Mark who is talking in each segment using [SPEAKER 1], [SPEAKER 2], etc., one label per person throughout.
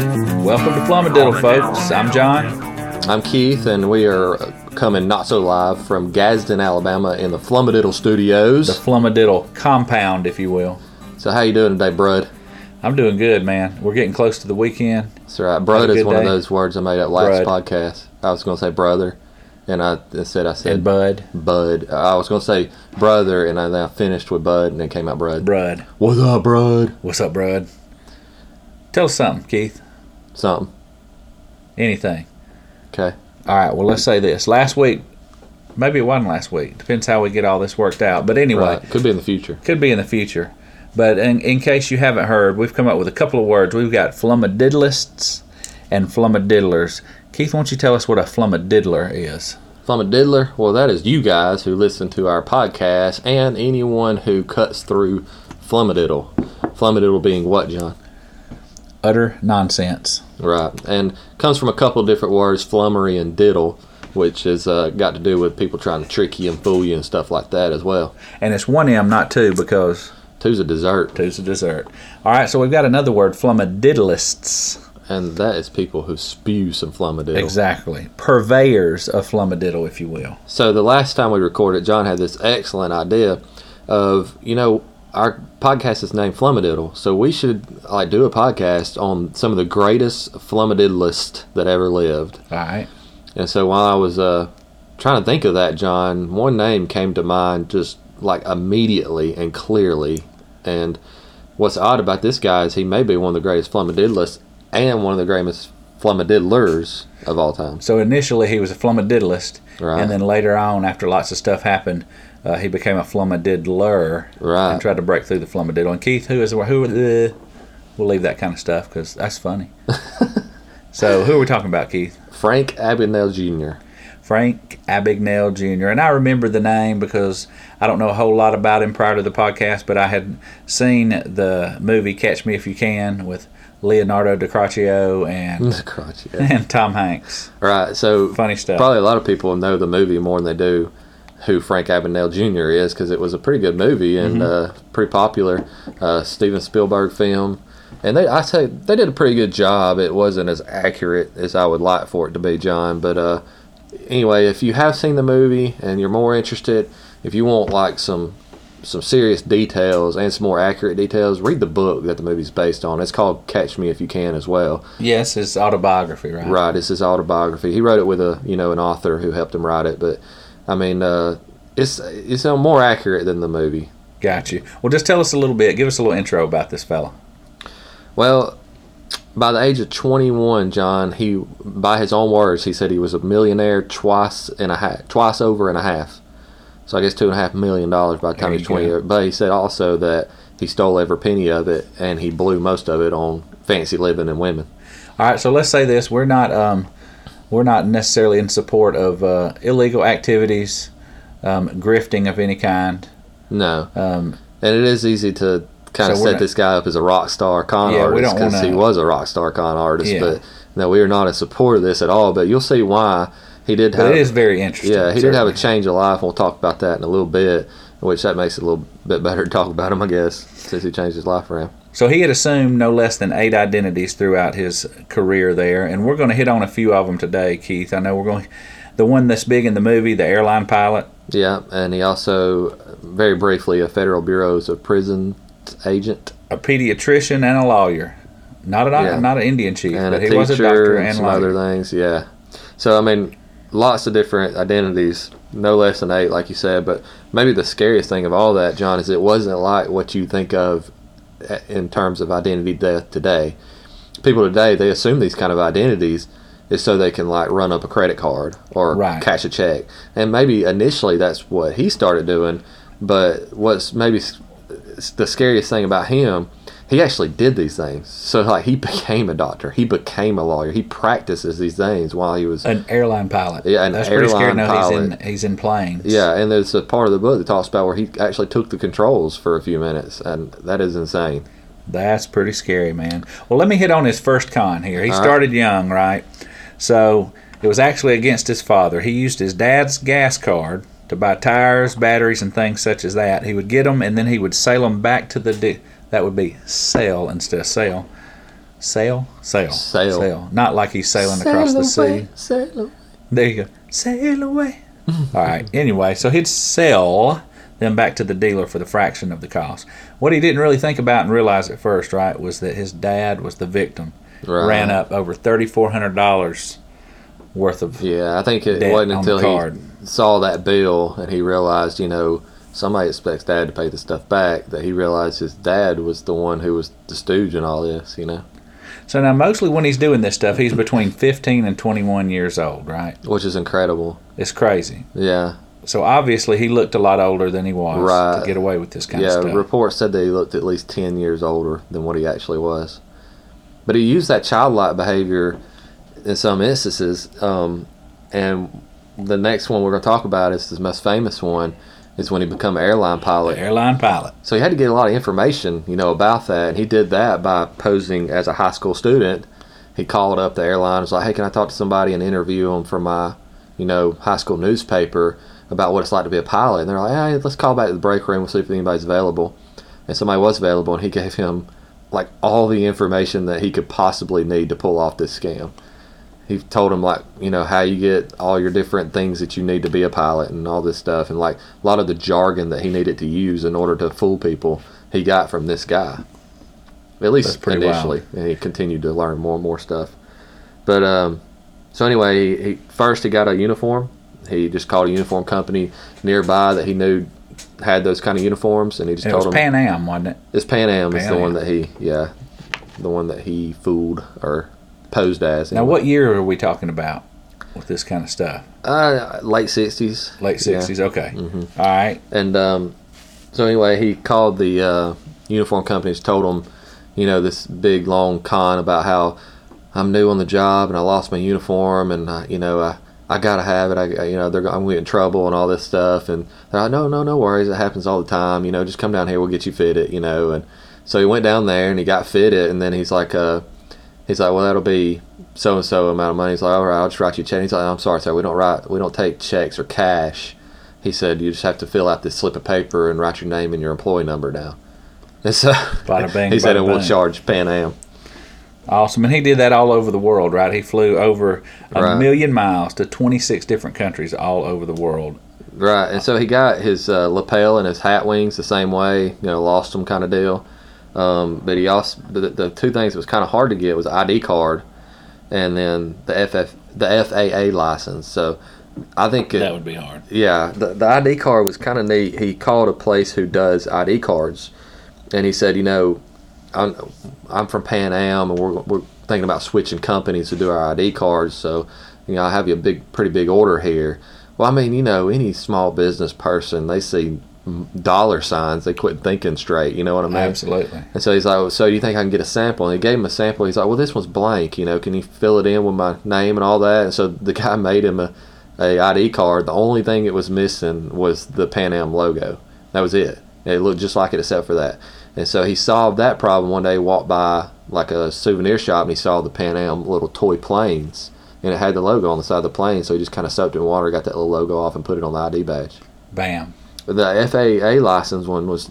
[SPEAKER 1] Welcome to Plumadiddle, folks. I'm John.
[SPEAKER 2] I'm Keith, and we are coming not so live from Gadsden, Alabama, in the Flummadiddle
[SPEAKER 1] The
[SPEAKER 2] Studios.
[SPEAKER 1] Plumadiddle compound, if you will.
[SPEAKER 2] So, how you doing today, Brud?
[SPEAKER 1] I'm doing good, man. We're getting close to the weekend.
[SPEAKER 2] That's right.
[SPEAKER 1] Had
[SPEAKER 2] uh, Brud
[SPEAKER 1] a
[SPEAKER 2] is
[SPEAKER 1] good
[SPEAKER 2] one of
[SPEAKER 1] day.
[SPEAKER 2] those words I made up last
[SPEAKER 1] Brud.
[SPEAKER 2] podcast. I was going to say brother, and I instead I said
[SPEAKER 1] And Bud.
[SPEAKER 2] bud. Uh, I was going to say brother, and I, then I finished with bud, and it came out brud.
[SPEAKER 1] Brud.
[SPEAKER 2] What's up, Brud?
[SPEAKER 1] What's up, Brud? Tell us something, Keith.
[SPEAKER 2] Something.
[SPEAKER 1] Anything.
[SPEAKER 2] Okay.
[SPEAKER 1] All right, well, let's say this. Last week, maybe it wasn't last week. Depends how we get all this worked out. But anyway,
[SPEAKER 2] Right. Could be in the future.
[SPEAKER 1] could be in the future. But in, in case you haven't heard, we've come up with a couple of words. We've got flummadiddlists and flumadiddlers. Keith, why don't you tell us what a flummadiddler is?
[SPEAKER 2] If I'm a diddler, well, that is you guys who listen to our podcast and anyone who cuts through Flummadiddle. Flummadiddle being what, John?
[SPEAKER 1] Utter nonsense.
[SPEAKER 2] Right, and comes from a couple different words, flummery and diddle, which has uh, got to do with people trying to trick you and fool you and stuff like that as well.
[SPEAKER 1] And it's one M, not two, because
[SPEAKER 2] Two's a dessert,
[SPEAKER 1] two's a dessert. All right, so we've got another word, flummadiddlists.
[SPEAKER 2] and that is people who spew some flummadiddle.
[SPEAKER 1] Exactly. Purveyors of flummadiddle, if you will.
[SPEAKER 2] So the last time we recorded, John had this excellent idea of you know our podcast is named Flummadiddle, so we should like do a podcast on some of the greatest flummadiddlists that ever lived.
[SPEAKER 1] All right.
[SPEAKER 2] And so while I was uh, trying to think of that, John, one name came to mind just like immediately and clearly. And what's odd about this guy is he may be one of the greatest flummadiddlists and one of the greatest flummadiddlers of all time.
[SPEAKER 1] So initially he was a flummadiddlist,
[SPEAKER 2] Right.
[SPEAKER 1] and then later on, after lots of stuff happened, uh, he became a flummadiddler
[SPEAKER 2] Right.
[SPEAKER 1] and tried to break through the flummadiddle. And Keith, who is who? Uh, we'll leave that kind of stuff because that's funny. so who are we talking about, Keith?
[SPEAKER 2] Frank Abagnale Jr.
[SPEAKER 1] Frank Abagnale Jr. And I remember the name because I don't know a whole lot about him prior to the podcast, but I had seen the movie Catch Me If You Can with Leonardo DiCaprio
[SPEAKER 2] Mm.
[SPEAKER 1] and
[SPEAKER 2] Crotch, yeah.
[SPEAKER 1] and Tom Hanks.
[SPEAKER 2] Right, so
[SPEAKER 1] Funny stuff.
[SPEAKER 2] probably a lot of people know the movie more than they do who Frank Abagnale Jr. is because it was a pretty good movie and uh, pretty popular uh, Steven Spielberg film. And they, I say, they did a pretty good job. It wasn't as accurate as I would like for it to be, John. But uh, anyway, if you have seen the movie and you're more interested, if you want like some some serious details and some more accurate details, read the book that the movie's based on. It's called Catch Me If You Can as well.
[SPEAKER 1] Yes, his autobiography, right?
[SPEAKER 2] Right, it's his autobiography. He wrote it with a you know an author who helped him write it, but I mean, uh, it's it's uh, more accurate than the movie.
[SPEAKER 1] Got you. Well, just tell us a little bit. Give us a little intro about this fella.
[SPEAKER 2] Well, by the age of 21, John, he by his own words, he said he was a millionaire twice and a half, twice over and a half. So I guess two and a half million dollars by the time
[SPEAKER 1] There
[SPEAKER 2] he's
[SPEAKER 1] you
[SPEAKER 2] 20.
[SPEAKER 1] go.
[SPEAKER 2] But he said also that he stole every penny of it and he blew most of it on fancy living and women.
[SPEAKER 1] All right, so let's say this: we're not um, we're not necessarily in support of uh, illegal activities, um, grifting of any kind.
[SPEAKER 2] No.
[SPEAKER 1] Um,
[SPEAKER 2] And it is easy to kind of
[SPEAKER 1] So we're
[SPEAKER 2] set
[SPEAKER 1] not-
[SPEAKER 2] this guy up as a rock star con
[SPEAKER 1] Yeah, we
[SPEAKER 2] artist
[SPEAKER 1] don't
[SPEAKER 2] because he
[SPEAKER 1] wanna-
[SPEAKER 2] was a rock star con artist.
[SPEAKER 1] Yeah.
[SPEAKER 2] But no, we are not in support of this at all. But you'll see why he did
[SPEAKER 1] but
[SPEAKER 2] have.
[SPEAKER 1] it is very interesting.
[SPEAKER 2] Uh, yeah, he did have a
[SPEAKER 1] certainly.
[SPEAKER 2] change of life. We'll talk about that in a little bit, which that makes it a little bit better to talk about him, I guess, since he changed his life around.
[SPEAKER 1] So he had assumed no less than eight identities throughout his career there, and we're going to hit on a few of them today, Keith. I know we're going. The one that's big in the movie, the airline pilot.
[SPEAKER 2] Yeah, and he also, very briefly, a Federal Bureau's a prison agent
[SPEAKER 1] a pediatrician and a lawyer. Not an
[SPEAKER 2] Yeah.
[SPEAKER 1] not an Indian chief,
[SPEAKER 2] and
[SPEAKER 1] but
[SPEAKER 2] a
[SPEAKER 1] he
[SPEAKER 2] teacher
[SPEAKER 1] was a doctor
[SPEAKER 2] and,
[SPEAKER 1] and
[SPEAKER 2] some
[SPEAKER 1] lawyer.
[SPEAKER 2] other things. Yeah. So I mean, lots of different identities, no less than eight, like you said. But maybe the scariest thing of all that, John, is it wasn't like what you think of uh, in terms of identity death today. People today they assume these kind of identities is so they can like run up a credit card or
[SPEAKER 1] Right.
[SPEAKER 2] cash a check, and maybe initially that's what he started doing. But what's maybe s- s- the scariest thing about him, he actually did these things. So like he became a doctor, he became a lawyer, he practices these things while he was.
[SPEAKER 1] An airline pilot.
[SPEAKER 2] Yeah, an
[SPEAKER 1] That's pretty scary.
[SPEAKER 2] airline
[SPEAKER 1] No,
[SPEAKER 2] pilot.
[SPEAKER 1] he's in he's in planes.
[SPEAKER 2] yeah, and there's a part of the book that talks about where he actually took the controls for a few minutes, and that is insane.
[SPEAKER 1] That's pretty scary, man. Well, let me hit on his first con here. He
[SPEAKER 2] All right.
[SPEAKER 1] started young, right? So it was actually against his father. He used his dad's gas card to buy tires, batteries, and things such as that. He would get them, and then he would sell them back to the. Di- that would be sell instead of sale Sail? Sail.
[SPEAKER 2] Sail.
[SPEAKER 1] Not like he's sailing across the sea. There you go. Sail away. All right. Anyway, so he'd sell them back to the dealer for the fraction of the cost. What he didn't really think about and realize at first, right, was that his dad was the victim.
[SPEAKER 2] Right.
[SPEAKER 1] Ran up over $3,400 worth of.
[SPEAKER 2] Yeah, I think it
[SPEAKER 1] Debt
[SPEAKER 2] wasn't
[SPEAKER 1] on the
[SPEAKER 2] until
[SPEAKER 1] card.
[SPEAKER 2] he saw that bill and he realized, you know, somebody expects dad to pay the stuff back, that he realized his dad was the one who was the stooge in all this, you know,
[SPEAKER 1] So now, mostly when he's doing this stuff, he's between 15 and 21 years old, right?
[SPEAKER 2] which is incredible.
[SPEAKER 1] It's crazy.
[SPEAKER 2] Yeah,
[SPEAKER 1] So obviously, he looked a lot older than he was
[SPEAKER 2] Right.
[SPEAKER 1] to get away with this kind
[SPEAKER 2] yeah.
[SPEAKER 1] of stuff.
[SPEAKER 2] Reports said that he looked at least ten years older than what he actually was, but he used that childlike behavior in some instances. Um, and the next one we're going to talk about is his most famous one, is when he become an airline pilot.
[SPEAKER 1] Airline pilot.
[SPEAKER 2] So he had to get a lot of information, you know, about that. And he did that by posing as a high school student. He called up the airline, was like, "Hey, can I talk to somebody and interview them for my, you know, high school newspaper about what it's like to be a pilot?" And they're like, "Hey, let's call back to the break room. We'll see if anybody's available." And somebody was available, and he gave him like all the information that he could possibly need to pull off this scam. He told him like, you know, how you get all your different things that you need to be a pilot and all this stuff, and like a lot of the jargon that he needed to use in order to fool people. He got from this guy, at
[SPEAKER 1] That's
[SPEAKER 2] least
[SPEAKER 1] pretty wild.
[SPEAKER 2] initially, and he continued to learn more and more stuff. But um, so anyway, he, he first he got a uniform. He just called a uniform company nearby that he knew had those kind of uniforms, and he just
[SPEAKER 1] And it
[SPEAKER 2] told
[SPEAKER 1] was
[SPEAKER 2] him
[SPEAKER 1] Pan Am, wasn't it?
[SPEAKER 2] it's Pan Am is
[SPEAKER 1] Pan
[SPEAKER 2] the
[SPEAKER 1] Am.
[SPEAKER 2] one that he yeah, the one that he fooled or posed as.
[SPEAKER 1] Now,
[SPEAKER 2] anyway.
[SPEAKER 1] what year are we talking about with this kind of stuff?
[SPEAKER 2] Uh, late sixties.
[SPEAKER 1] Late sixties. Okay.
[SPEAKER 2] Mm-hmm.
[SPEAKER 1] All right.
[SPEAKER 2] And um, so anyway, he called the uh, uniform companies, told them, you know, this big long con about how I'm new on the job and I lost my uniform and I, you know I I gotta have it. I I- you know they're go- I'm gonna get in trouble and all this stuff. And they're like, no, no, no worries. It happens all the time. You know, just come down here. We'll get you fitted. You know. And so he went down there and he got fitted. And then he's like, uh, he's like, well, that'll be so and so amount of money. He's like, all right, I'll just write you a check. He's like, I'm sorry, sir. We don't write. We don't take checks or cash. He said, you just have to fill out this slip of paper and write your name and your employee number down. And so
[SPEAKER 1] Bada bing,
[SPEAKER 2] he said,
[SPEAKER 1] bada
[SPEAKER 2] and we'll
[SPEAKER 1] bing.
[SPEAKER 2] charge Pan Am.
[SPEAKER 1] Awesome. And he did that all over the world, right? He flew over a
[SPEAKER 2] Right.
[SPEAKER 1] million miles to twenty six different countries all over the world.
[SPEAKER 2] Right, and so he got his uh, lapel and his hat wings the same way, you know, lost them kind of deal. Um, but he also but the, the two things that was kind of hard to get was ID card, and then the FF the FAA license. So I think it,
[SPEAKER 1] That would be hard.
[SPEAKER 2] yeah, the, the ID card was kind of neat. He called a place who does ID cards, and he said, you know, I'm, I'm from Pan Am, and we're, we're thinking about switching companies to do our ID cards. So, you know, I have you a big, pretty big order here. Well, I mean, you know, any small business person, they see dollar signs, they quit thinking straight. You know what I mean?
[SPEAKER 1] Absolutely.
[SPEAKER 2] And so he's like, well, so do you think I can get a sample? And he gave him a sample. He's like, well, this one's blank. You know, can you fill it in with my name and all that? And so the guy made him a, a ID card. The only thing it was missing was the Pan Am logo. That was it. And it looked just like it except for that. And so he solved that problem one day. He walked by like a souvenir shop and he saw the Pan Am little toy planes. And it had the logo on the side of the plane. So he just kind of soaked it in water, got that little logo off, and put it on the ID badge
[SPEAKER 1] Bam.
[SPEAKER 2] the FAA license one was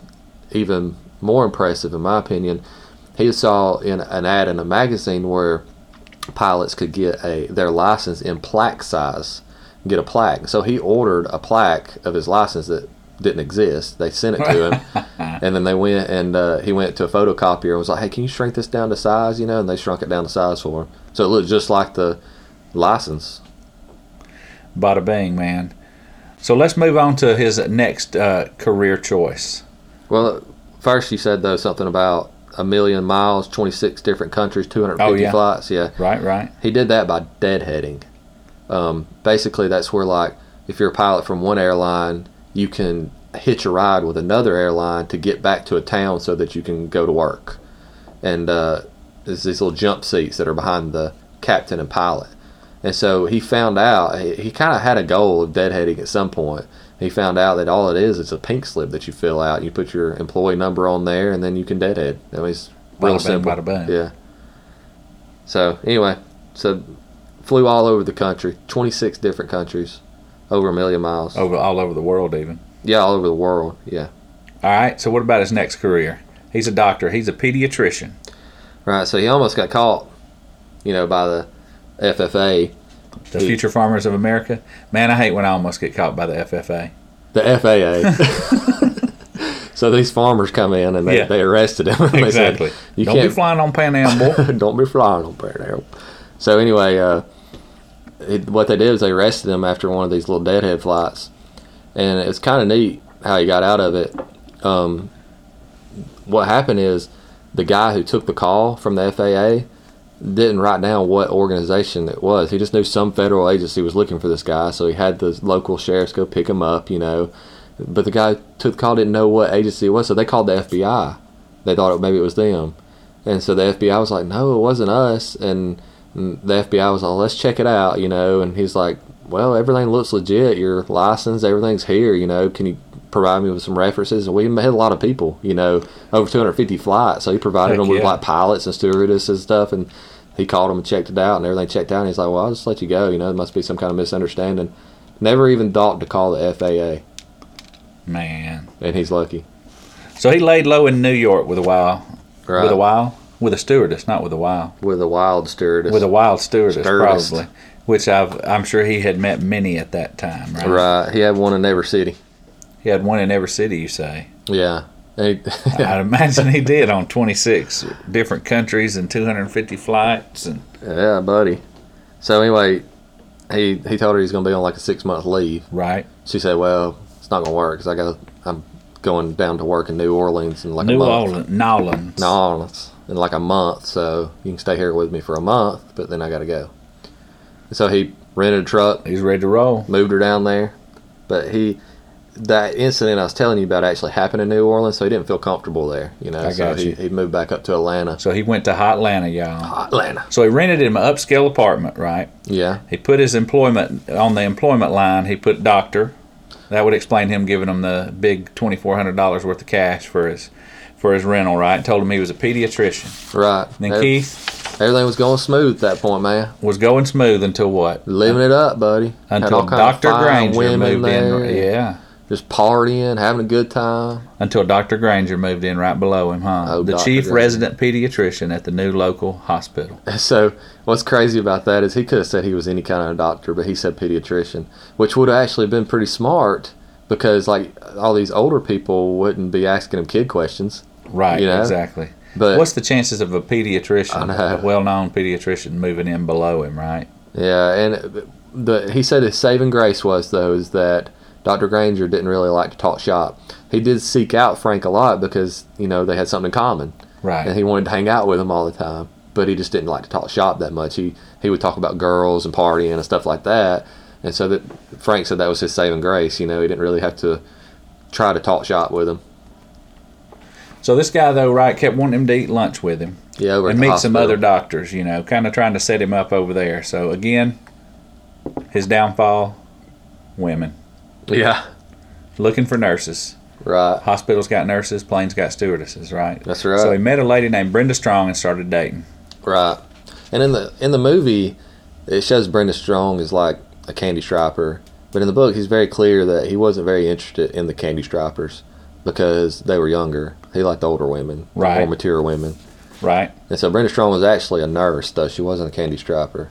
[SPEAKER 2] even more impressive in my opinion. He saw in an ad in a magazine where pilots could get a their license in plaque size, get a plaque. So he ordered a plaque of his license that didn't exist. They sent it to him, and then they went and uh, he went to a photocopier and was like, "Hey, can you shrink this down to size?" You know, and they shrunk it down to size for him. So it looked just like the license.
[SPEAKER 1] Bada bing, man. So let's move on to his next uh, career choice.
[SPEAKER 2] Well, first you said though something about a million miles, twenty six different countries, two hundred fifty
[SPEAKER 1] Oh, yeah.
[SPEAKER 2] flights. Yeah,
[SPEAKER 1] Right. Right.
[SPEAKER 2] he did that by deadheading. Um, basically, that's where like if you're a pilot from one airline, you can hitch a ride with another airline to get back to a town so that you can go to work. And uh, there's these little jump seats that are behind the captain and pilot. And so he found out he, he kind of had a goal of deadheading at some point. He found out that all it is is a pink slip that you fill out. You put your employee number on there, and then you can deadhead. I mean, it's real
[SPEAKER 1] Bada bing,
[SPEAKER 2] simple.
[SPEAKER 1] bada bing.
[SPEAKER 2] Yeah. So anyway, so flew all over the country, 26 different countries, over a million miles.
[SPEAKER 1] Over all over the world, even.
[SPEAKER 2] Yeah, all over the world. Yeah.
[SPEAKER 1] All right. So what about his next career? He's a doctor. He's a pediatrician.
[SPEAKER 2] right? So he almost got caught, you know, by the FFA.
[SPEAKER 1] The Future Farmers of America. Man, I hate when I almost get caught by the FFA.
[SPEAKER 2] The FAA. so these farmers come in and they,
[SPEAKER 1] Yeah.
[SPEAKER 2] they arrested him. And
[SPEAKER 1] Exactly.
[SPEAKER 2] They said, you
[SPEAKER 1] Don't
[SPEAKER 2] can't
[SPEAKER 1] be flying on Pan Am, boy.
[SPEAKER 2] Don't be flying on Bear Arrow. So anyway, uh, it, what they did is they arrested him after one of these little deadhead flights, and it's kind of neat how he got out of it. Um, what happened is the guy who took the call from the FAA didn't write down what organization it was. He just knew some federal agency was looking for this guy, so he had the local sheriffs go pick him up, you know. But the guy who took the call didn't know what agency it was, so they called the FBI. They thought it, maybe it was them. And so the FBI was like, no, it wasn't us. And the FBI was like, let's check it out, you know. And he's like, well, everything looks legit. Your license, everything's here, you know. Can you provide me with some references? And we had a lot of people, you know, over 250 flights. So he provided
[SPEAKER 1] Heck
[SPEAKER 2] them with
[SPEAKER 1] yeah.
[SPEAKER 2] like pilots and stewardesses and stuff. And he called them and checked it out and everything checked out. And he's like, well, I'll just let you go. You know, it must be some kind of misunderstanding. Never even thought to call the FAA.
[SPEAKER 1] Man.
[SPEAKER 2] And he's lucky.
[SPEAKER 1] So he laid low in New York with a while.
[SPEAKER 2] Right.
[SPEAKER 1] With a while? With a stewardess, not with a while.
[SPEAKER 2] With a wild stewardess.
[SPEAKER 1] With a wild stewardess,
[SPEAKER 2] Stewardess.
[SPEAKER 1] probably. Which I've, I'm sure he had met many at that time, right?
[SPEAKER 2] Right. He had one in every city.
[SPEAKER 1] He had one in every city, you say.
[SPEAKER 2] Yeah. And he-
[SPEAKER 1] I'd imagine he did on 26 different countries and 250 flights. And
[SPEAKER 2] Yeah, buddy. So anyway, he he told her he's gonna be on like a six month leave.
[SPEAKER 1] right,
[SPEAKER 2] She said, "Well, it's not gonna work 'cause I got I'm going down to work in New Orleans in like a
[SPEAKER 1] New
[SPEAKER 2] month.
[SPEAKER 1] Orleans, Nolans.
[SPEAKER 2] New Orleans in like a month, so you can stay here with me for a month, but then I gotta go." So he rented a truck,
[SPEAKER 1] He's ready to roll.
[SPEAKER 2] moved her down there, but he. That incident I was telling you about actually happened in New Orleans, so he didn't feel comfortable there. You know,
[SPEAKER 1] I
[SPEAKER 2] so
[SPEAKER 1] got
[SPEAKER 2] he,
[SPEAKER 1] you.
[SPEAKER 2] he moved back up to Atlanta.
[SPEAKER 1] So he went to Hotlanta, y'all.
[SPEAKER 2] Atlanta.
[SPEAKER 1] So he rented him an upscale apartment, right?
[SPEAKER 2] Yeah.
[SPEAKER 1] He put his employment on the employment line. He put doctor. That would explain him giving him the big twenty four hundred dollars worth of cash for his for his rental. Right? Told him he was a pediatrician.
[SPEAKER 2] Right.
[SPEAKER 1] Then
[SPEAKER 2] Ev-
[SPEAKER 1] Keith
[SPEAKER 2] Everything was going smooth at that point, man.
[SPEAKER 1] was going smooth until what?
[SPEAKER 2] living it up, buddy. Had
[SPEAKER 1] Until
[SPEAKER 2] all kind of
[SPEAKER 1] Doctor
[SPEAKER 2] fine
[SPEAKER 1] Granger
[SPEAKER 2] women
[SPEAKER 1] moved
[SPEAKER 2] there,
[SPEAKER 1] in. Yeah.
[SPEAKER 2] Just partying, having a good time.
[SPEAKER 1] Until Dr. Granger moved in right below him, huh?
[SPEAKER 2] Oh,
[SPEAKER 1] the
[SPEAKER 2] Dr.
[SPEAKER 1] chief
[SPEAKER 2] Granger.
[SPEAKER 1] resident pediatrician at the new local hospital.
[SPEAKER 2] So what's crazy about that is he could have said he was any kind of doctor, but he said pediatrician, which would have actually been pretty smart because like all these older people wouldn't be asking him kid questions.
[SPEAKER 1] Right,
[SPEAKER 2] You know?
[SPEAKER 1] exactly.
[SPEAKER 2] But
[SPEAKER 1] What's the chances of a pediatrician,
[SPEAKER 2] I know.
[SPEAKER 1] a well known pediatrician, moving in below him, right?
[SPEAKER 2] yeah, and the he said his saving grace was though is that Dr. Granger didn't really like to talk shop. He did seek out Frank a lot because you know they had something in common.
[SPEAKER 1] Right.
[SPEAKER 2] and he wanted to hang out with him all the time. But he just didn't like to talk shop that much. He he would talk about girls and partying and stuff like that. And so that Frank said that was his saving grace. You know, he didn't really have to try to talk shop with him.
[SPEAKER 1] So this guy, though, right, kept wanting him to eat lunch with him
[SPEAKER 2] Yeah, over
[SPEAKER 1] and
[SPEAKER 2] at the
[SPEAKER 1] meet some
[SPEAKER 2] hospital.
[SPEAKER 1] other doctors, you know, kind of trying to set him up over there. So again, his downfall women.
[SPEAKER 2] Yeah,
[SPEAKER 1] Looking for nurses.
[SPEAKER 2] right.
[SPEAKER 1] Hospitals got nurses, planes got stewardesses, right?
[SPEAKER 2] That's right.
[SPEAKER 1] So he met a lady named Brenda Strong and started dating.
[SPEAKER 2] Right. And in the in the movie, it shows Brenda Strong is like a candy striper, but in the book, he's very clear that he wasn't very interested in the candy stripers because they were younger. He liked older women,
[SPEAKER 1] Right.
[SPEAKER 2] more mature women.
[SPEAKER 1] Right.
[SPEAKER 2] And so Brenda Strong was actually a nurse, though she wasn't a candy striper.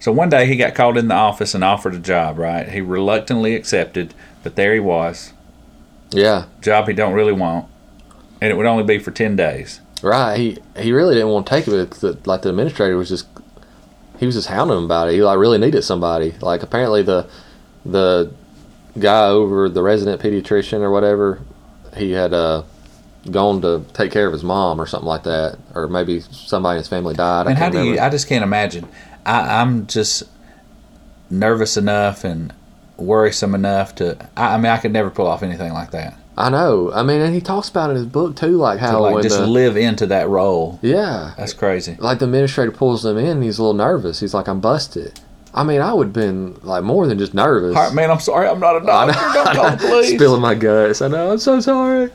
[SPEAKER 1] So one day he got called in the office and offered a job, right? He reluctantly accepted, but there he was.
[SPEAKER 2] Yeah,
[SPEAKER 1] Job he don't really want. And it would only be for 10 days.
[SPEAKER 2] right. He he really didn't want to take it, but the, like the administrator was just he was just hounding him about it. He like really needed somebody. Like apparently the the guy over the resident pediatrician or whatever, he had uh gone to take care of his mom or something like that, or maybe somebody in his family died.
[SPEAKER 1] And
[SPEAKER 2] I
[SPEAKER 1] how
[SPEAKER 2] can't
[SPEAKER 1] do you
[SPEAKER 2] remember.
[SPEAKER 1] I just can't imagine. I I'm just nervous enough and worrisome enough to I, I mean I could never pull off anything like that.
[SPEAKER 2] I know. I mean, and he talks about it in his book too, like
[SPEAKER 1] To
[SPEAKER 2] how
[SPEAKER 1] like
[SPEAKER 2] when
[SPEAKER 1] just
[SPEAKER 2] the-
[SPEAKER 1] live into that role.
[SPEAKER 2] yeah,
[SPEAKER 1] That's crazy.
[SPEAKER 2] like the administrator pulls them in and he's a little nervous. He's like, I'm busted. I mean, I would have been like more than just nervous.
[SPEAKER 1] All right, man, I'm sorry. I'm not a
[SPEAKER 2] I know.
[SPEAKER 1] doctor. Don't call the police.
[SPEAKER 2] Spilling my guts. I know. I'm so sorry.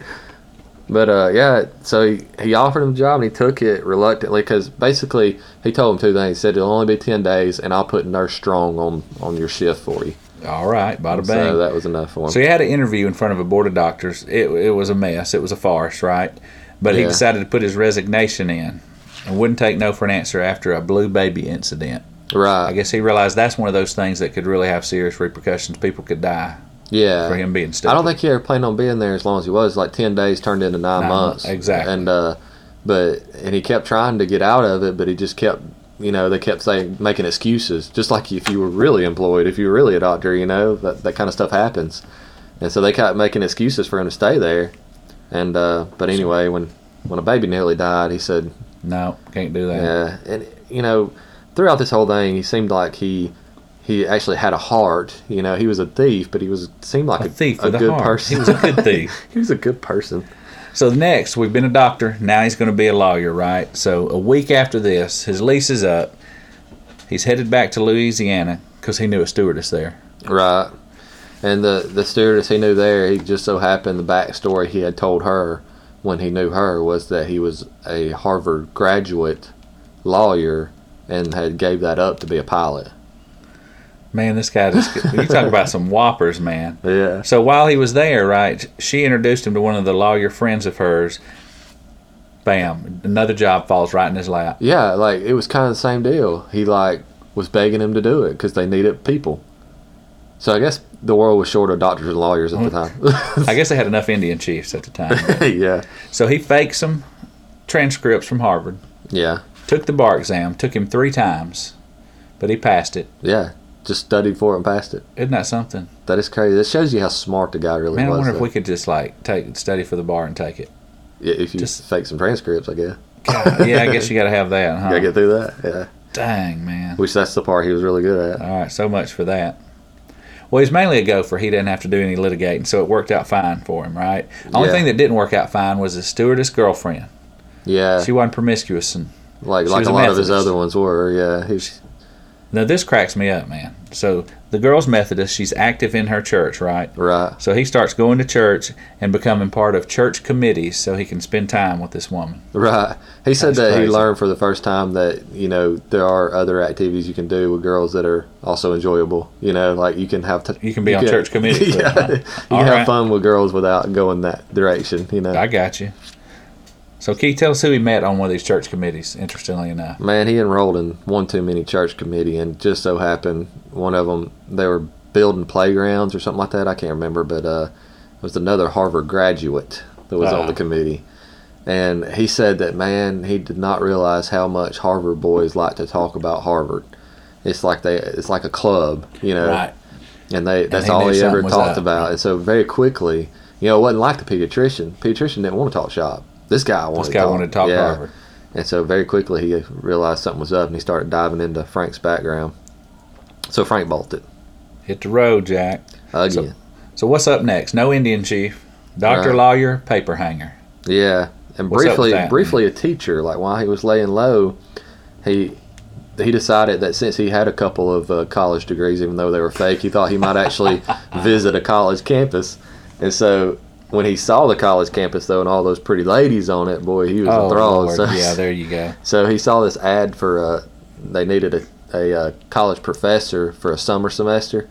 [SPEAKER 2] But uh, yeah, so he, he offered him the job and he took it reluctantly because basically he told him two things. He said it'll only be ten days and I'll put Nurse Strong on on your shift for you.
[SPEAKER 1] All right, bada bang.
[SPEAKER 2] So that was enough for him.
[SPEAKER 1] So he had an interview in front of a board of doctors. It, it was a mess. It was a farce, right? But he
[SPEAKER 2] Yeah.
[SPEAKER 1] decided to put his resignation in. and wouldn't take no for an answer after a blue baby incident. I
[SPEAKER 2] Right.
[SPEAKER 1] guess he realized that's one of those things that could really have serious repercussions. People could die
[SPEAKER 2] Yeah.
[SPEAKER 1] for him being stupid.
[SPEAKER 2] I don't think he ever planned on being there as long as he was. Like ten days turned into nine,
[SPEAKER 1] Nine months,
[SPEAKER 2] months.
[SPEAKER 1] exactly.
[SPEAKER 2] And uh, but and he kept trying to get out of it, but he just kept you know they kept saying making excuses. Just like if you were really employed, if you were really a doctor, you know that that kind of stuff happens. And so they kept making excuses for him to stay there. And uh, but anyway, when when a baby nearly died, he said,
[SPEAKER 1] no, can't do that.
[SPEAKER 2] yeah, and you know, throughout this whole thing, he seemed like he he actually had a heart. You know, he was a thief, but he was seemed like
[SPEAKER 1] A
[SPEAKER 2] a,
[SPEAKER 1] thief
[SPEAKER 2] a
[SPEAKER 1] with a
[SPEAKER 2] good
[SPEAKER 1] heart.
[SPEAKER 2] person.
[SPEAKER 1] He was a good thief.
[SPEAKER 2] he was a good person.
[SPEAKER 1] So next, we've been a doctor. Now he's going to be a lawyer, right? So a week after this, his lease is up. He's headed back to Louisiana because he knew a stewardess there.
[SPEAKER 2] Right. And the the stewardess he knew there, he just so happened the backstory he had told her when he knew her was that he was a Harvard graduate lawyer and had gave that up to be a pilot.
[SPEAKER 1] Man, this guy just you talk about some whoppers, man.
[SPEAKER 2] Yeah.
[SPEAKER 1] So while he was there, right, she introduced him to one of the lawyer friends of hers. Bam, another job falls right in his lap.
[SPEAKER 2] Yeah, like it was kind of the same deal. He like was begging him to do it because they needed people. So I guess the world was short of doctors and lawyers at the time.
[SPEAKER 1] I guess they had enough Indian chiefs at the time.
[SPEAKER 2] yeah,
[SPEAKER 1] So he faked some transcripts from Harvard,
[SPEAKER 2] yeah,
[SPEAKER 1] took the bar exam, took him three times, but he passed it.
[SPEAKER 2] yeah. Just studied for it and passed it.
[SPEAKER 1] Isn't that something?
[SPEAKER 2] That is crazy. That shows you how smart the guy really
[SPEAKER 1] Man, I
[SPEAKER 2] was.
[SPEAKER 1] wonder if
[SPEAKER 2] though.
[SPEAKER 1] we could just like take study for the bar and take it.
[SPEAKER 2] yeah, if you
[SPEAKER 1] just-
[SPEAKER 2] fake some transcripts, I guess.
[SPEAKER 1] God, yeah, I guess you got to have that, huh?
[SPEAKER 2] Gotta get through that. Yeah,
[SPEAKER 1] Dang, man.
[SPEAKER 2] which that's the part he was really good at.
[SPEAKER 1] All right, so much for that. Well, he's mainly a gopher. He didn't have to do any litigating, so it worked out fine for him, right? Only
[SPEAKER 2] Yeah.
[SPEAKER 1] thing that didn't work out fine was his stewardess girlfriend.
[SPEAKER 2] Yeah,
[SPEAKER 1] She wasn't promiscuous. And
[SPEAKER 2] like
[SPEAKER 1] she
[SPEAKER 2] like
[SPEAKER 1] was
[SPEAKER 2] a
[SPEAKER 1] a
[SPEAKER 2] lot of his
[SPEAKER 1] Methodist.
[SPEAKER 2] other ones were. Yeah, he's
[SPEAKER 1] now this cracks me up, man. So the girl's Methodist. She's active in her church, right?
[SPEAKER 2] right.
[SPEAKER 1] So he starts going to church and becoming part of church committees so he can spend time with this woman.
[SPEAKER 2] Right. He said
[SPEAKER 1] That's
[SPEAKER 2] that he
[SPEAKER 1] crazy.
[SPEAKER 2] learned for the first time that, you know, there are other activities you can do with girls that are also enjoyable. You know, like you can have. T-
[SPEAKER 1] You can be on church committees with
[SPEAKER 2] yeah.
[SPEAKER 1] them, huh?
[SPEAKER 2] You
[SPEAKER 1] All
[SPEAKER 2] can
[SPEAKER 1] right.
[SPEAKER 2] have fun with girls without going that direction, you know.
[SPEAKER 1] I got you. So Keith, tell us who he met on one of these church committees. Interestingly enough,
[SPEAKER 2] Man, he enrolled in one too many church committee, and just so happened one of them they were building playgrounds or something like that. I can't remember, but uh, it was another Harvard graduate that was
[SPEAKER 1] Ah.
[SPEAKER 2] on the committee, and he said that man, he did not realize how much Harvard boys like to talk about Harvard. It's like they, it's like a club, you know
[SPEAKER 1] right?
[SPEAKER 2] and they that's
[SPEAKER 1] he
[SPEAKER 2] all
[SPEAKER 1] knew
[SPEAKER 2] he ever
[SPEAKER 1] something was
[SPEAKER 2] talked
[SPEAKER 1] up.
[SPEAKER 2] about. And so very quickly, you know, it wasn't like the pediatrician. Pediatrician didn't want to talk shop. This guy wanted.
[SPEAKER 1] guy wanted to talk Harvard.
[SPEAKER 2] And so very quickly he realized something was up, and he started diving into Frank's background. So Frank bolted
[SPEAKER 1] Hit the road, Jack.
[SPEAKER 2] again.
[SPEAKER 1] So what's up next? No Indian chief, doctor,
[SPEAKER 2] Right.
[SPEAKER 1] lawyer, paper hanger.
[SPEAKER 2] yeah, and
[SPEAKER 1] What's up with
[SPEAKER 2] briefly,
[SPEAKER 1] that?
[SPEAKER 2] briefly a teacher. Like while he was laying low, he. He decided that since he had a couple of uh, college degrees, even though they were fake, he thought he might actually visit a college campus. And so when he saw the college campus though and all those pretty ladies on it, boy, he was enthralled.
[SPEAKER 1] Oh, Lord.
[SPEAKER 2] So,
[SPEAKER 1] yeah, there you go.
[SPEAKER 2] so he saw this ad for uh, they needed a, a uh, college professor for a summer semester,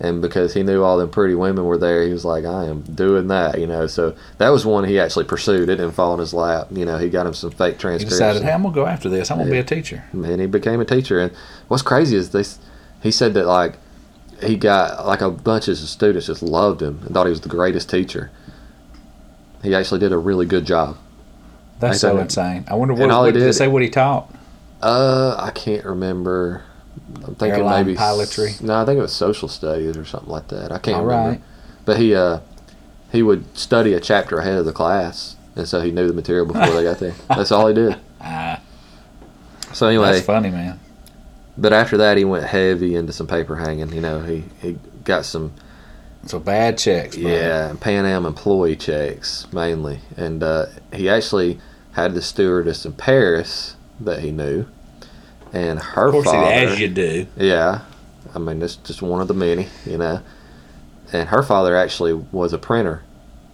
[SPEAKER 2] and because he knew all them pretty women were there, he was like, I am doing that, you know. So that was one he actually pursued. It didn't fall in his lap, you know. He got him some fake
[SPEAKER 1] He
[SPEAKER 2] transcripts.
[SPEAKER 1] decided, hey, I'm gonna go after this. I'm gonna be a teacher.
[SPEAKER 2] and he became a teacher. And what's crazy is this: he said that like he got like a bunch of students just loved him and thought he was the greatest teacher. He actually did a really good job.
[SPEAKER 1] That's
[SPEAKER 2] Ain't
[SPEAKER 1] so
[SPEAKER 2] that-
[SPEAKER 1] insane. I wonder
[SPEAKER 2] And
[SPEAKER 1] what,
[SPEAKER 2] all
[SPEAKER 1] what
[SPEAKER 2] he
[SPEAKER 1] did they
[SPEAKER 2] did-
[SPEAKER 1] say what he taught.
[SPEAKER 2] Uh, I can't remember. I'm thinking
[SPEAKER 1] Airline
[SPEAKER 2] maybe
[SPEAKER 1] pilotry?
[SPEAKER 2] s- No, I think it was social studies or something like that. I can't
[SPEAKER 1] All
[SPEAKER 2] remember.
[SPEAKER 1] right.
[SPEAKER 2] But he uh he would study a chapter ahead of the class, and so he knew the material before they got there. That's all he did.
[SPEAKER 1] Ah,
[SPEAKER 2] So anyway,
[SPEAKER 1] that's funny, man.
[SPEAKER 2] But after that, he went heavy into some paper hanging. You know, he, he got some
[SPEAKER 1] So bad checks, bro.
[SPEAKER 2] yeah Pan Am employee checks mainly, and uh, he actually had the stewardess in Paris that he knew, and her
[SPEAKER 1] Of course, he-
[SPEAKER 2] father.
[SPEAKER 1] as you do.
[SPEAKER 2] yeah, I mean it's just one of the many, you know. And her father actually was a printer,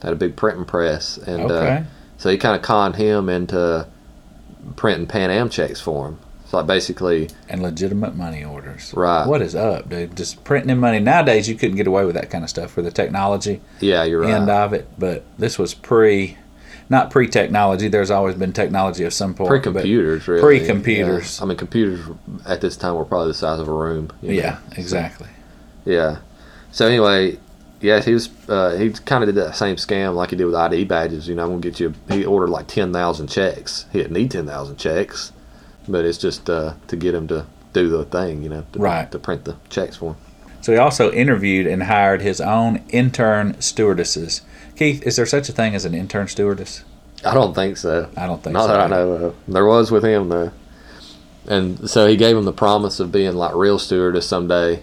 [SPEAKER 2] had a big printing press, and
[SPEAKER 1] okay.
[SPEAKER 2] uh, so he kind of conned him into printing Pan Am checks for him. So like basically,
[SPEAKER 1] and legitimate money orders.
[SPEAKER 2] Right.
[SPEAKER 1] What is up, dude? Just printing in money. Nowadays, you couldn't get away with that kind of stuff for the technology
[SPEAKER 2] yeah, you're right.
[SPEAKER 1] end of it, but this was pre. not pre technology. There's always been technology of some sort.
[SPEAKER 2] Pre computers, really.
[SPEAKER 1] Pre computers.
[SPEAKER 2] Yeah. I mean, computers at this time were probably the size of a room. you know.
[SPEAKER 1] Yeah, exactly.
[SPEAKER 2] Yeah. So anyway, yeah, he was uh, he kind of did that same scam like he did with ID badges. You know, I'm gonna get you. He ordered like ten thousand checks. He didn't need ten thousand checks, but it's just uh, to get him to do the thing. You know, to,
[SPEAKER 1] Right.
[SPEAKER 2] To print the checks for him.
[SPEAKER 1] So he also interviewed and hired his own intern stewardesses. Keith, is there such a thing as an intern stewardess?
[SPEAKER 2] I don't think so.
[SPEAKER 1] I don't think
[SPEAKER 2] Not
[SPEAKER 1] so.
[SPEAKER 2] that I know of. There was with him though, and so he gave him the promise of being like real stewardess someday,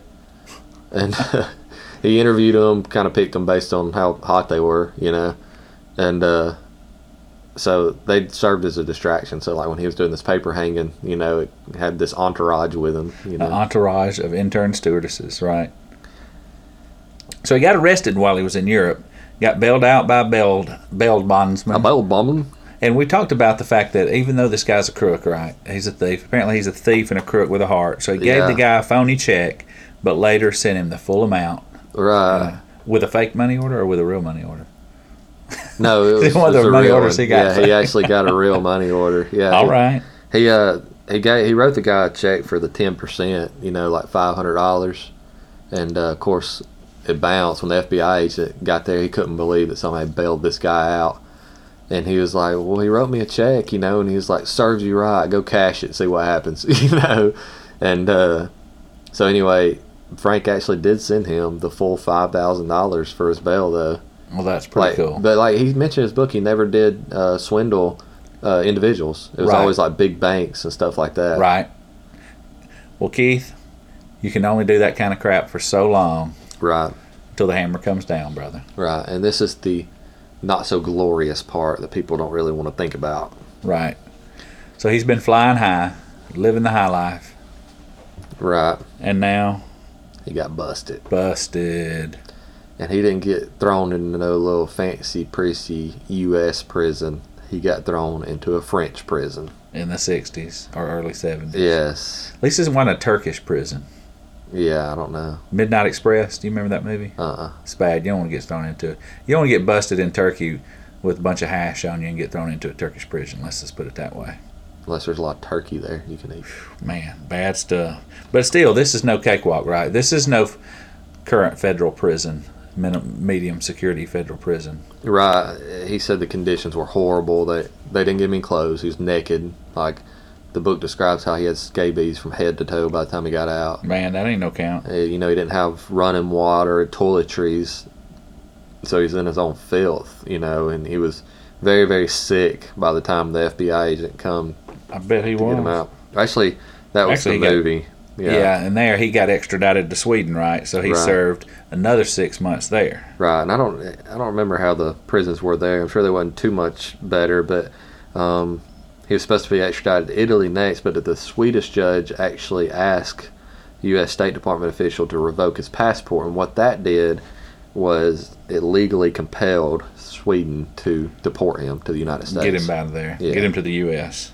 [SPEAKER 2] and he interviewed them, kind of picked them based on how hot they were, you know, and uh, so they served as a distraction. So like when he was doing this paper hanging, you know, it had this entourage with him, you
[SPEAKER 1] An
[SPEAKER 2] know.
[SPEAKER 1] entourage of intern stewardesses, right? So he got arrested while he was in Europe, got bailed out by bailed, bailed bondsmen.
[SPEAKER 2] A bold bumbling.
[SPEAKER 1] And we talked about the fact that even though this guy's a crook, right? He's a thief. Apparently, he's a thief and a crook with a heart. So he gave
[SPEAKER 2] Yeah.
[SPEAKER 1] the guy a phony check, but later sent him the full amount
[SPEAKER 2] Right.
[SPEAKER 1] with a fake money order or with a real money order.
[SPEAKER 2] No, it was,
[SPEAKER 1] One of
[SPEAKER 2] it was
[SPEAKER 1] the
[SPEAKER 2] a
[SPEAKER 1] money
[SPEAKER 2] real
[SPEAKER 1] orders
[SPEAKER 2] one.
[SPEAKER 1] he got.
[SPEAKER 2] Yeah, he actually got a real money order. Yeah.
[SPEAKER 1] All
[SPEAKER 2] he-
[SPEAKER 1] right.
[SPEAKER 2] He uh he gave he wrote the guy a check for the ten percent, you know, like five hundred dollars, and uh, of course it bounced when the FBI agent got there. He couldn't believe that somebody bailed this guy out, and he was like, "Well, he wrote me a check, you know," and he was like, "Serves you right. Go cash it, see what happens," you know, and uh, so anyway, Frank actually did send him the full five thousand dollars for his bail though.
[SPEAKER 1] Well, that's pretty
[SPEAKER 2] like,
[SPEAKER 1] cool.
[SPEAKER 2] But like he mentioned in his book, he never did uh, swindle uh, individuals. It was
[SPEAKER 1] Right.
[SPEAKER 2] always like big banks and stuff like that.
[SPEAKER 1] Right. Well, Keith, you can only do that kind of crap for so long
[SPEAKER 2] Right.
[SPEAKER 1] until the hammer comes down, brother.
[SPEAKER 2] Right. And this is the not so glorious part that people don't really want to think about.
[SPEAKER 1] Right. So he's been flying high, living the high life,
[SPEAKER 2] Right.
[SPEAKER 1] and now
[SPEAKER 2] He got busted,
[SPEAKER 1] busted.
[SPEAKER 2] and he didn't get thrown into no little fancy, prissy U.S. prison. He got thrown into a French prison.
[SPEAKER 1] In the 60s or early 70s.
[SPEAKER 2] Yes.
[SPEAKER 1] At least this one a Turkish prison.
[SPEAKER 2] Yeah. I don't know.
[SPEAKER 1] Midnight Express. Do you remember that movie?
[SPEAKER 2] Uh. uh
[SPEAKER 1] It's bad. You don't want to get thrown into it. You don't want to get busted in Turkey with a bunch of hash on you and get thrown into a Turkish prison. Let's just put it that way.
[SPEAKER 2] Unless there's a lot of turkey there you can eat.
[SPEAKER 1] Man, bad stuff. But still, this is no cakewalk, right? This is no f- current federal prison, minimum, medium security federal prison.
[SPEAKER 2] Right. He said the conditions were horrible. They they didn't give him any clothes. He was naked. Like the book describes how he had scabies from head to toe by the time he got out.
[SPEAKER 1] Man, that ain't no count.
[SPEAKER 2] Uh, You know, he didn't have running water, toiletries. So he's in his own filth, you know, and he was very, very sick by the time the FBI agent come
[SPEAKER 1] I bet he
[SPEAKER 2] to get him
[SPEAKER 1] was.
[SPEAKER 2] out. Actually, that was
[SPEAKER 1] Actually, he
[SPEAKER 2] the
[SPEAKER 1] got-
[SPEAKER 2] movie.
[SPEAKER 1] Yeah. and there he got extradited to Sweden, right? So he
[SPEAKER 2] Right.
[SPEAKER 1] served another six months there.
[SPEAKER 2] Right, and I don't, I don't remember how the prisons were there. I'm sure they wasn't too much better, but um, he was supposed to be extradited to Italy next. But the Swedish judge actually asked U.S. State Department official to revoke his passport, and what that did was it legally compelled Sweden to deport him to the United States.
[SPEAKER 1] Get him out of there.
[SPEAKER 2] Yeah.
[SPEAKER 1] Get him to the U.S.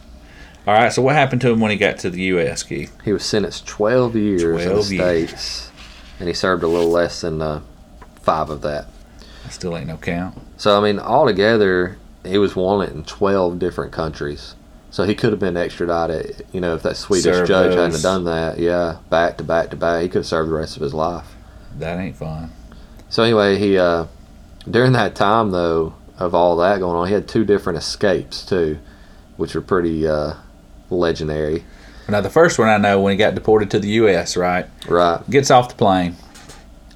[SPEAKER 1] All right, so what happened to him when he got to the U.S., Keith?
[SPEAKER 2] He was sentenced 12 years in the
[SPEAKER 1] 12 years.
[SPEAKER 2] states, and he served a little less than uh, five of that.
[SPEAKER 1] That still ain't no count.
[SPEAKER 2] So I mean, altogether, he was wanted in twelve different countries. So he could have been extradited, you know, if that Swedish
[SPEAKER 1] Served
[SPEAKER 2] judge hadn't
[SPEAKER 1] those.
[SPEAKER 2] have done that. Yeah, back to back to back, he could have served the rest of his life.
[SPEAKER 1] That ain't fun.
[SPEAKER 2] So anyway, he uh, during that time though of all that going on, he had two different escapes too, which were pretty uh, legendary.
[SPEAKER 1] Now, the first one I know when he got deported to the U.S., right?
[SPEAKER 2] Right,
[SPEAKER 1] Gets off the plane,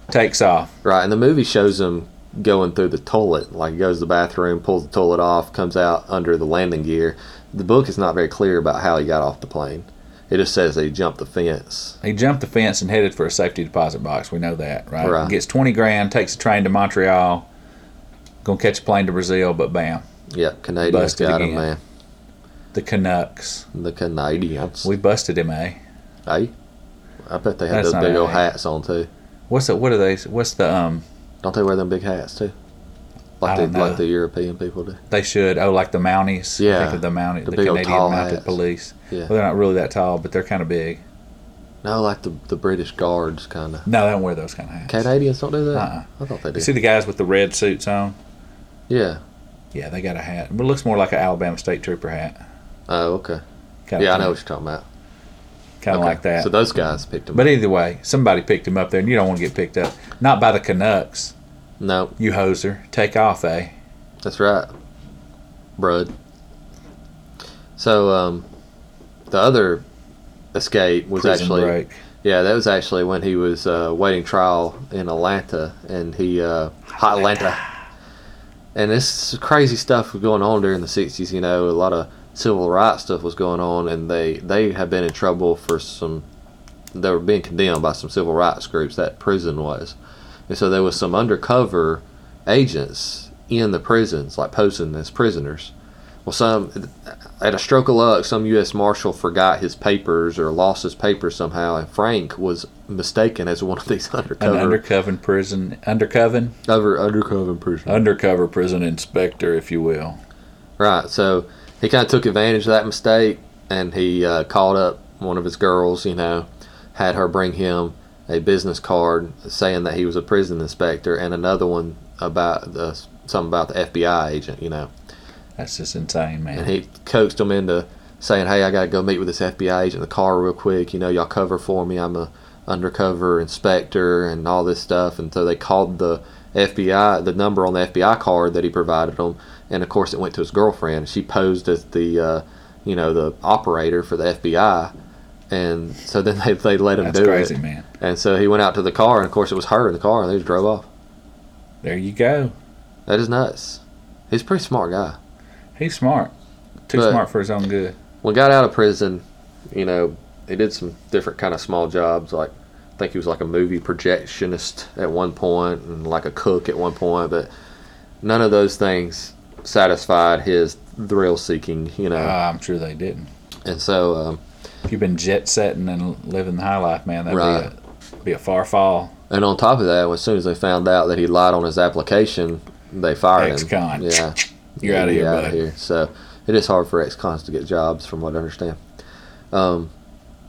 [SPEAKER 1] takes off.
[SPEAKER 2] right. And the movie shows him going through the toilet, like he goes to the bathroom, pulls the toilet off, comes out under the landing gear. The book is not very clear about how he got off the plane. It just says that he jumped the fence.
[SPEAKER 1] He jumped the fence and headed for a safety deposit box. We know that, right?
[SPEAKER 2] Right.
[SPEAKER 1] Gets 20 grand, takes a train to Montreal, going to catch a plane to Brazil, but bam,
[SPEAKER 2] Yep, Canadians
[SPEAKER 1] Busted
[SPEAKER 2] got him,
[SPEAKER 1] again.
[SPEAKER 2] man.
[SPEAKER 1] the Canucks.
[SPEAKER 2] The Canadians.
[SPEAKER 1] We busted him, eh?
[SPEAKER 2] hey, I bet they had
[SPEAKER 1] That's
[SPEAKER 2] those
[SPEAKER 1] not
[SPEAKER 2] big old
[SPEAKER 1] right.
[SPEAKER 2] hats on too.
[SPEAKER 1] What's the, what are they, what's the, um,
[SPEAKER 2] Don't they wear them big hats too?
[SPEAKER 1] I
[SPEAKER 2] Like the
[SPEAKER 1] don't know.
[SPEAKER 2] like the European people do.
[SPEAKER 1] they should, oh, like the Mounties. I
[SPEAKER 2] Yeah.
[SPEAKER 1] think of the Mounties,
[SPEAKER 2] The
[SPEAKER 1] the,
[SPEAKER 2] big old
[SPEAKER 1] Canadian
[SPEAKER 2] tall
[SPEAKER 1] Mounted
[SPEAKER 2] hats.
[SPEAKER 1] Police.
[SPEAKER 2] Yeah.
[SPEAKER 1] Well, they're not really that tall, but they're kind of big.
[SPEAKER 2] No, like the the British guards kind of.
[SPEAKER 1] No, they don't wear those kind of hats.
[SPEAKER 2] Canadians don't do that.
[SPEAKER 1] Uh-uh.
[SPEAKER 2] I thought they
[SPEAKER 1] You
[SPEAKER 2] did.
[SPEAKER 1] see the guys with the red suits on?
[SPEAKER 2] yeah,
[SPEAKER 1] Yeah, they got a hat. It looks more like an Alabama State Trooper hat.
[SPEAKER 2] Oh, okay.
[SPEAKER 1] Kind
[SPEAKER 2] yeah, I know what you're talking about.
[SPEAKER 1] Kind of
[SPEAKER 2] Okay.
[SPEAKER 1] like that.
[SPEAKER 2] So those guys picked him.
[SPEAKER 1] but either way, somebody picked him up there, and you don't want to get picked up. Not by the Canucks,
[SPEAKER 2] no,
[SPEAKER 1] you hoser. Take off, eh?
[SPEAKER 2] that's right, Brud. So um, the other escape was
[SPEAKER 1] Prison
[SPEAKER 2] actually
[SPEAKER 1] break.
[SPEAKER 2] yeah, that was actually when he was uh, waiting trial in Atlanta, and he uh, hot Atlanta. And this crazy stuff was going on during the '60s. You know, a lot of civil rights stuff was going on, and they they have been in trouble for some. They were being condemned by some civil rights groups. That prison was, and so there was some undercover agents in the prisons, like posing as prisoners. Well, some at a stroke of luck, some U.S. Marshal forgot his papers or lost his papers somehow, and Frank was mistaken as one of these
[SPEAKER 1] An
[SPEAKER 2] undercover
[SPEAKER 1] undercover prison, undercover,
[SPEAKER 2] under, undercover prisoners.
[SPEAKER 1] undercover prison inspector, if you will.
[SPEAKER 2] Right, so he kind of took advantage of that mistake, and he uh, called up one of his girls. You know, had her bring him a business card saying that he was a prison inspector, and another one about the, something about the FBI agent. You know.
[SPEAKER 1] That's just insane, man.
[SPEAKER 2] and he coaxed him into saying, "Hey, I gotta go meet with this FBI agent in the car real quick. You know, y'all cover for me. I'm a undercover inspector and all this stuff." And so they called the FBI, the number on the FBI card that he provided them, and of course it went to his girlfriend. She posed as the, uh, you know, the operator for the FBI, and so then they they let him
[SPEAKER 1] That's
[SPEAKER 2] do
[SPEAKER 1] crazy,
[SPEAKER 2] it.
[SPEAKER 1] man.
[SPEAKER 2] And so he went out to the car, and of course it was her in the car, and they just drove off.
[SPEAKER 1] There you go.
[SPEAKER 2] That is nuts. He's a pretty smart guy.
[SPEAKER 1] He's smart. Too
[SPEAKER 2] But-
[SPEAKER 1] smart for his own good.
[SPEAKER 2] when got out of prison, you know, he did some different kind of small jobs. Like I think he was like a movie projectionist at one point, and like a cook at one point. But none of those things satisfied his thrill seeking, you know.
[SPEAKER 1] Uh, I'm sure they didn't.
[SPEAKER 2] and so, um,
[SPEAKER 1] If you've been jet setting and living the high life, man, that'd
[SPEAKER 2] Right.
[SPEAKER 1] be, a, be a far fall.
[SPEAKER 2] and on top of that, as soon as they found out that he lied on his application, they fired
[SPEAKER 1] Ex-con.
[SPEAKER 2] him. Yeah,
[SPEAKER 1] You're out of here,
[SPEAKER 2] Yeah,
[SPEAKER 1] buddy.
[SPEAKER 2] here. So it is hard for ex-cons to get jobs, from what I understand. Um,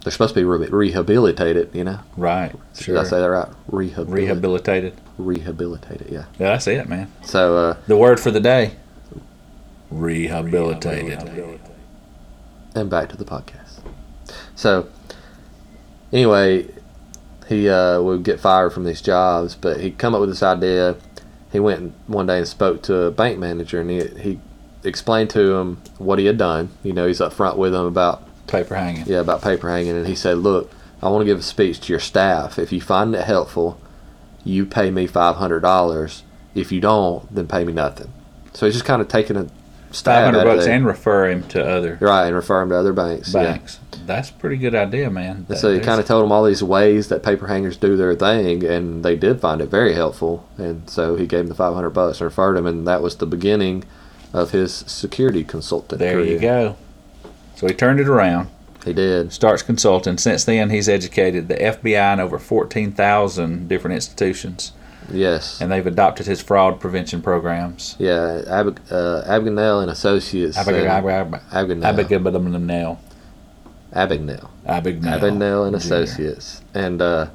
[SPEAKER 2] they're supposed to be re- rehabilitated, you know.
[SPEAKER 1] Right. Sure.
[SPEAKER 2] Did I say that right? Rehabilitated.
[SPEAKER 1] Rehabilitated.
[SPEAKER 2] Rehabilitated, yeah.
[SPEAKER 1] Yeah, that's it, man.
[SPEAKER 2] So, uh,
[SPEAKER 1] The word for the day. Rehabilitated.
[SPEAKER 2] and back to the podcast. So, anyway, he uh, would get fired from these jobs, but he'd come up with this idea. He went and- one day and spoke to a bank manager, and he, he explained to him what he had done. You know, he's up front with him about
[SPEAKER 1] Paper hanging.
[SPEAKER 2] Yeah, about paper hanging. And he said, Look, I want to give a speech to your staff. If you find it helpful, you pay me $500. If you don't, then pay me nothing. So he's just kind of taking a
[SPEAKER 1] Five
[SPEAKER 2] stab
[SPEAKER 1] hundred
[SPEAKER 2] at
[SPEAKER 1] bucks
[SPEAKER 2] it.
[SPEAKER 1] and refer him to other
[SPEAKER 2] right, and refer him to other banks. Yeah.
[SPEAKER 1] banks. That's a pretty good idea, man.
[SPEAKER 2] And so he kind of told him all these ways that paper hangers do their thing, and they did find it very helpful. And so he gave him the 500 bucks and referred him, and that was the beginning of his security consultant
[SPEAKER 1] There
[SPEAKER 2] career.
[SPEAKER 1] you go. So he turned it around.
[SPEAKER 2] He did.
[SPEAKER 1] starts consulting. Since then, he's educated the FBI in over 14,000 different institutions,
[SPEAKER 2] Yes.
[SPEAKER 1] and they've adopted his fraud prevention programs.
[SPEAKER 2] Yeah, Ab- uh, Abagnale and Associates. and-
[SPEAKER 1] Abigail
[SPEAKER 2] Abagnale.
[SPEAKER 1] Abigail
[SPEAKER 2] Abagnale.
[SPEAKER 1] Abigail
[SPEAKER 2] Abagnale and
[SPEAKER 1] Junior.
[SPEAKER 2] Associates. And uh,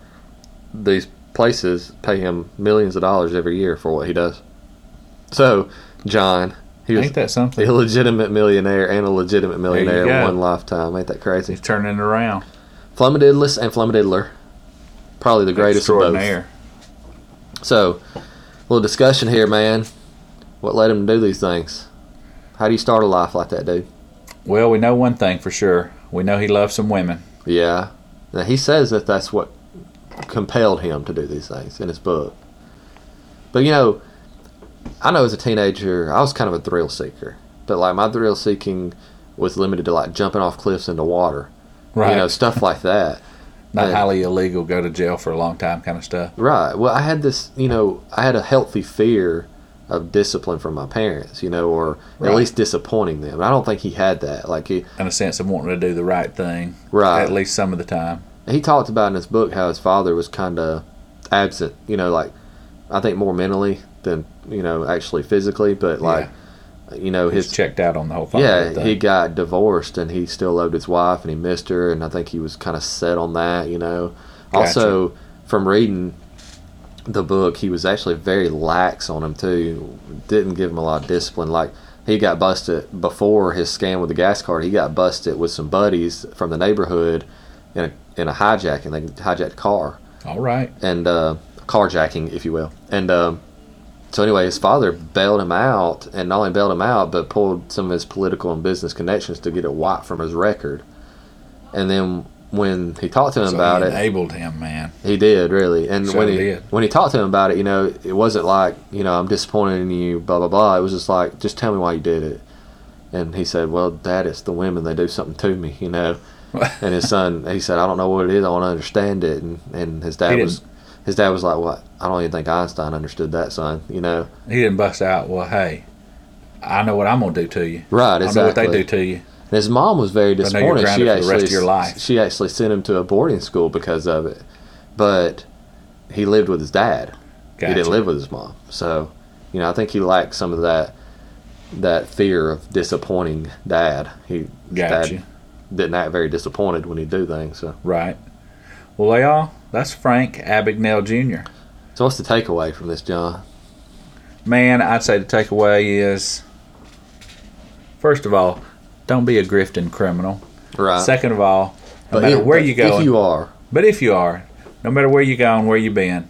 [SPEAKER 2] these places pay him millions of dollars every year for what he does. So, John, he was
[SPEAKER 1] Ain't that
[SPEAKER 2] a
[SPEAKER 1] something?
[SPEAKER 2] legitimate millionaire and a legitimate
[SPEAKER 1] you
[SPEAKER 2] millionaire in
[SPEAKER 1] go.
[SPEAKER 2] one lifetime. Ain't that crazy?
[SPEAKER 1] He's turning it around.
[SPEAKER 2] Flumadiddless and Flumadiddler. Probably the greatest of both.
[SPEAKER 1] Extraordinaire.
[SPEAKER 2] So, little discussion here, man. What led him to do these things? How do you start a life like that, dude?
[SPEAKER 1] Well, we know one thing for sure. We know he loves some women.
[SPEAKER 2] Yeah. Now, he says that that's what compelled him to do these things in his book. But you know, I know as a teenager, I was kind of a thrill seeker. But like my thrill seeking was limited to like jumping off cliffs into water,
[SPEAKER 1] Right.
[SPEAKER 2] you know, stuff like that.
[SPEAKER 1] Not
[SPEAKER 2] yeah.
[SPEAKER 1] highly illegal, go to jail for a long time kind of stuff.
[SPEAKER 2] Right. Well, I had this, you know, I had a healthy fear of discipline from my parents, you know, or
[SPEAKER 1] Right.
[SPEAKER 2] at least disappointing them. And I don't think he had that. Like he,
[SPEAKER 1] In a sense of wanting to do the right thing,
[SPEAKER 2] right.
[SPEAKER 1] at least some of the time.
[SPEAKER 2] he talked about in his book how his father was kind of absent you know like i think more mentally than you know actually physically but like you know
[SPEAKER 1] He's
[SPEAKER 2] his
[SPEAKER 1] checked out on the whole fatherhood
[SPEAKER 2] yeah
[SPEAKER 1] thing.
[SPEAKER 2] he got divorced and he still loved his wife and he missed her and i think he was kind of set on that you know also from reading the book, he was actually very lax on him too. Didn't give him a lot of discipline. Like he got busted before his scam with the gas card. He got busted with some buddies from the neighborhood in a in a hijacking. They hijacked a car
[SPEAKER 1] All right.
[SPEAKER 2] and uh, carjacking, if you will. And um, so anyway, his father bailed him out, and not only bailed him out, but pulled some of his political and business connections to get it wiped from his record. And then when he talked to him
[SPEAKER 1] So
[SPEAKER 2] about
[SPEAKER 1] he
[SPEAKER 2] it,
[SPEAKER 1] enabled him, man.
[SPEAKER 2] he did really, and
[SPEAKER 1] Sure
[SPEAKER 2] when he
[SPEAKER 1] did.
[SPEAKER 2] when he talked to him about it, you know, it wasn't like you know I'm disappointed in you, blah blah blah. It was just like just tell me why you did it. And he said, "Well, Dad, it's the women. They do something to me, you know." and his son, he said, "I don't know what it is. I want to understand it." And and his dad
[SPEAKER 1] He
[SPEAKER 2] was his dad was like, "What? I don't even think Einstein understood that, son." You know,
[SPEAKER 1] He didn't bust out, well, hey, I know what I'm going to do to you.
[SPEAKER 2] right? Exactly.
[SPEAKER 1] I know what they do to you.
[SPEAKER 2] And his mom was very
[SPEAKER 1] know you're
[SPEAKER 2] disappointed.
[SPEAKER 1] grounded
[SPEAKER 2] She
[SPEAKER 1] for the
[SPEAKER 2] actually,
[SPEAKER 1] rest of your life.
[SPEAKER 2] she actually sent him to a boarding school because of it. But he lived with his dad. He
[SPEAKER 1] Gotcha.
[SPEAKER 2] didn't live with his mom, so you know I think he lacked some of that that fear of disappointing dad. He his
[SPEAKER 1] Gotcha.
[SPEAKER 2] dad didn't act very disappointed when he do things. So,
[SPEAKER 1] Right. Well, they all, that's Frank Abagnale Jr.
[SPEAKER 2] so what's the takeaway from this, John?
[SPEAKER 1] Man, I'd say the takeaway is first of all, don't be a grifting criminal.
[SPEAKER 2] Right.
[SPEAKER 1] Second of all, no
[SPEAKER 2] But
[SPEAKER 1] matter
[SPEAKER 2] if-
[SPEAKER 1] where you go,
[SPEAKER 2] if you are
[SPEAKER 1] but if you are, no matter where you go and where you've been,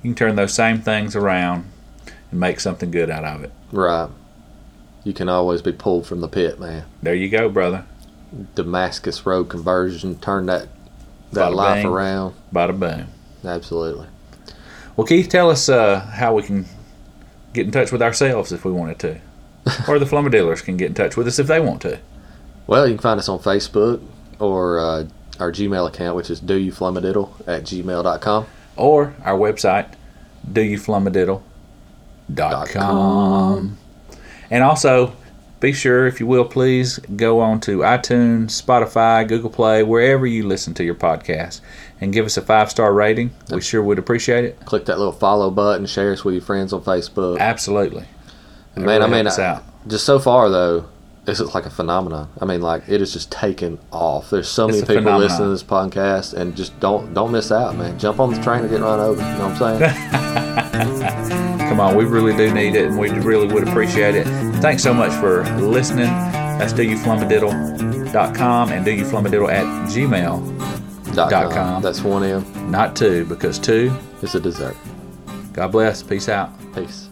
[SPEAKER 1] you can turn those same things around and make something good out of it.
[SPEAKER 2] right, you can always be pulled from the pit, man.
[SPEAKER 1] There you go, brother.
[SPEAKER 2] Damascus Road conversion, turn that that
[SPEAKER 1] Bada
[SPEAKER 2] life
[SPEAKER 1] bing.
[SPEAKER 2] around.
[SPEAKER 1] Bada boom.
[SPEAKER 2] Absolutely.
[SPEAKER 1] Well, Keith, tell us uh, how we can get in touch with ourselves if we wanted to, or the Flummer Dealers can get in touch with us if they want to.
[SPEAKER 2] Well, you can find us on Facebook or uh, our Gmail account, which is doyouflummadiddle at gmail.com.
[SPEAKER 1] or our website, doyouflummadiddle.com. And also, be sure, if you will, please go on to iTunes, Spotify, Google Play, wherever you listen to your podcast, and give us a five star rating. We sure would appreciate it.
[SPEAKER 2] Click that little follow button, share us with your friends on Facebook.
[SPEAKER 1] Absolutely. It
[SPEAKER 2] Man, I
[SPEAKER 1] really
[SPEAKER 2] mean,
[SPEAKER 1] helps
[SPEAKER 2] I-
[SPEAKER 1] out.
[SPEAKER 2] just so far, though, this is like a phenomenon. I mean, like, it is just taken off. There's so
[SPEAKER 1] It's
[SPEAKER 2] many
[SPEAKER 1] a
[SPEAKER 2] people
[SPEAKER 1] phenomenon.
[SPEAKER 2] listening to this podcast, and just don't don't miss out, man. Jump on the train or get run over. You know what I'm saying?
[SPEAKER 1] Come on, we really do need it, and we really would appreciate it. Thanks so much for listening. That's doyouflummadiddle.com and doyouflummadiddle at gmail.
[SPEAKER 2] Dot
[SPEAKER 1] Dot
[SPEAKER 2] com.
[SPEAKER 1] com.
[SPEAKER 2] That's 1M.
[SPEAKER 1] Not two, because two,
[SPEAKER 2] It's a dessert.
[SPEAKER 1] God bless. Peace out.
[SPEAKER 2] Peace.